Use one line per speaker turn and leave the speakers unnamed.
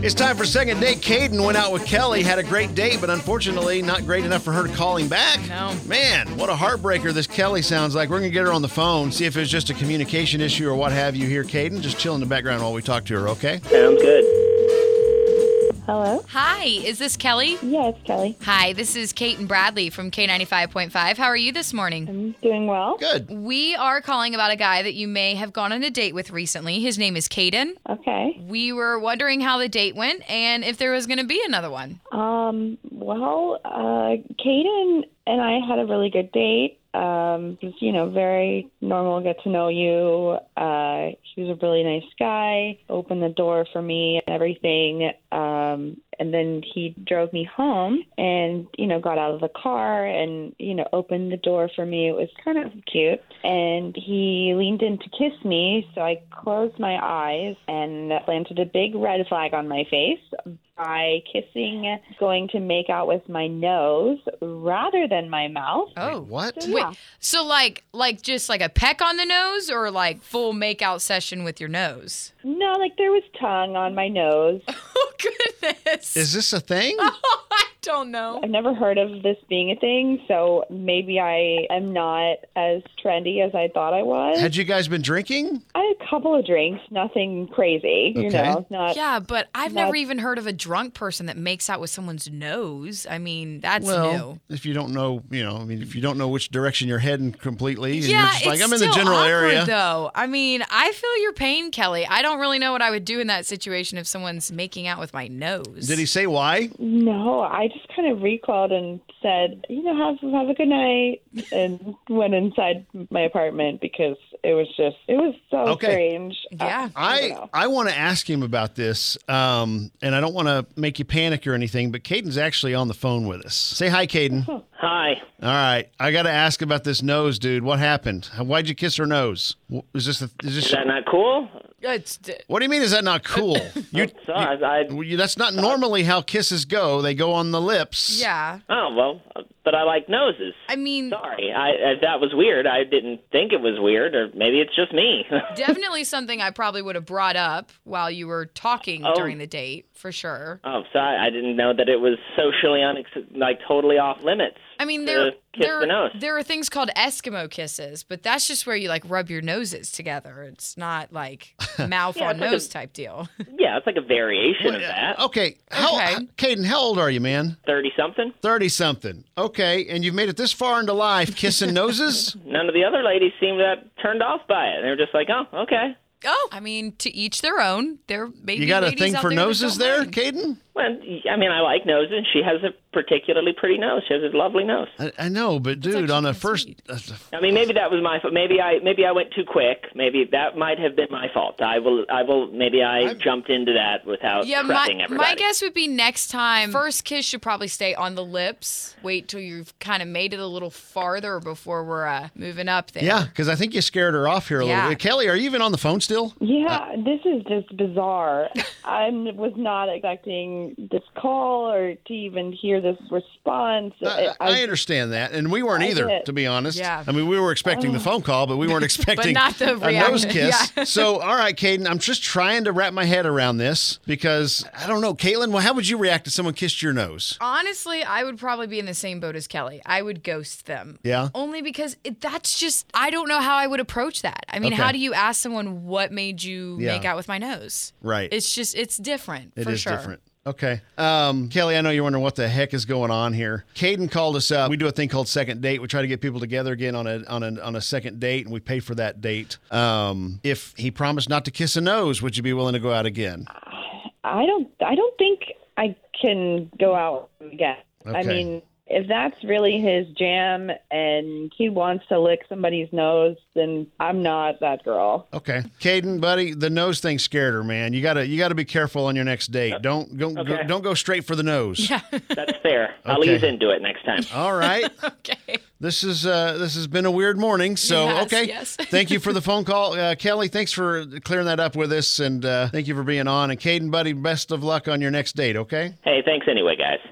It's time for second date. Caden went out with Kelly, had a great date, but unfortunately, not great enough for her to call him back.
No.
Man, what a heartbreaker this Kelly sounds like. We're going to get her on the phone, see if it's just a communication issue or what have you here, Caden. Just chill in the background while we talk to her, okay?
Sounds good.
Hello?
Hi, is this Kelly?
Yeah, it's Kelly.
Hi, this is Kate and Bradley from K95.5. How are you this morning?
I'm doing well.
Good.
We are calling about a guy that you may have gone on a date with recently. His name is Caden.
Okay.
We were wondering how the date went and if there was going to be another one.
Um, well, uh, Caden and I had a really good date. Um, just, you know, very normal get to know you. Uh, he was a really nice guy, opened the door for me and everything. Um, and then he drove me home and, you know, got out of the car and, you know, opened the door for me. It was kind of cute. And he leaned in to kiss me, so I closed my eyes and planted a big red flag on my face by kissing, going to make out with my nose rather than my mouth.
Oh.
What?
So, yeah.
Wait, so like like just like a peck on the nose or like full makeout session with your nose?
No, like there was tongue on my nose.
Oh goodness.
Is this a thing?
I don't know.
I've never heard of this being a thing, so maybe I am not as trendy as I thought I was.
Had you guys been drinking?
I had a couple of drinks, nothing crazy, you
Okay.
know, not
Yeah, but I've
That's-
never even heard of a drunk person that makes out with someone's nose. I mean, that's
Well, if you don't know, you know, I mean, if you don't know which direction you're heading completely,
new.
and
Yeah,
you're just like,
it's
I'm in the
still
general
awkward,
area.
though. I mean, I feel your pain, Kelly. I don't really know what I would do in that situation if someone's making out with my nose.
Did he say why?
No, I just kind of recoiled and said, you know, have have a good night, and went inside my apartment because it was just it was so
Okay.
strange.
Yeah.
don't
I
know.
I want to ask him about this, um, and I don't want to make you panic or anything. But Caden's actually on the phone with us. Say hi, Caden. All
Hi.
right, I got to ask about this nose, dude. What happened? Why'd you kiss her nose? Wh- Is this a, is
Is
this?
that not cool?
It's,
What do you mean? Is that not cool? You,
So I, I
well, you- that's not normally how kisses go. They go on the lips.
yeah.
oh well, but I like noses.
I mean,
Sorry, I, I that was weird. I didn't think it was weird, or maybe it's just me.
definitely something I probably would have brought up while you were talking
Oh.
during the date, for sure.
oh, sorry, I didn't know that it was socially unex- like totally off limits.
I mean,
to
there
kiss
there,
the nose.
there are things called Eskimo kisses, but that's just where you like rub your noses together. It's not like mouth
Yeah,
on
it's like a-
nose type deal.
yeah, it's like a variation of that.
Okay. How,
Okay.
Caden, how old are you, man?
Thirty something.
Thirty something. Okay, and you've made it this far into life kissing noses.
None of the other ladies seemed that turned off by it. They were just like, oh, okay.
oh, I mean, to each their own. There maybe
You got a
ladies
thing
out
for
there that
noses
don't
there,
mind.
Caden?
Well, I mean, I like noses. She has a particularly pretty nose. She has a lovely nose.
I, I know, but dude,
actually
on a
kinda
first,
sweet.
uh, f-
I mean, maybe that was my fault. Maybe I maybe I went too quick. Maybe that might have been my fault. I will I will maybe I jumped into that without
Yeah,
prepping
my, my
everybody.
guess would be next time. First kiss should probably stay on the lips. Wait till you've kind of made it a little farther before we're uh, moving up there.
yeah, because I think you scared her off here a little
Yeah.
bit. Kelly, are you even on the phone still? Uh,
Yeah, this is just bizarre. I was not expecting this call or to even hear this response.
I, I understand that, and we weren't
I
either,
did.
to be honest.
Yeah. Oh.
I mean, we were expecting the phone call, but we weren't expecting
not the
a nose
reaction.
kiss.
Yeah.
So, all right, Caden, I'm just trying to wrap my head around this because I don't know, Caitlin. Well, how would you react if someone kissed your nose?
Honestly, I would probably be in the same boat as Kelly. I would ghost them.
Yeah.
Only because it, that's just, I don't know how I would approach that. I mean,
Okay.
how do you ask someone what made you
Yeah.
make out with my nose?
Right.
It's just, it's different.
It is
for sure.
different. Okay. Um, Kelly, I know you're wondering what the heck is going on here. Caden called us up. We do a thing called second date. We try to get people together again on a on a on a second date and we pay for that date. Um, if he promised not to kiss a nose, would you be willing to go out again?
I don't. I don't think I can go out again. I
Okay.
mean, if that's really his jam and he wants to lick somebody's nose, then I'm not that girl.
Okay. Caden, buddy, the nose thing scared her, man. You gotta you gotta be careful on your next date. Don't don't
Okay.
don't go straight for the nose. Yeah.
That's fair. I'll
Okay.
ease into it next time.
All right.
Okay.
This is uh, this has been a weird morning. So
Yes,
okay,
yes.
thank you for the phone call, uh, Kelly. Thanks for clearing that up with us, and uh, thank you for being on. And Caden, buddy, best of luck on your next date. Okay.
Hey, thanks anyway, guys.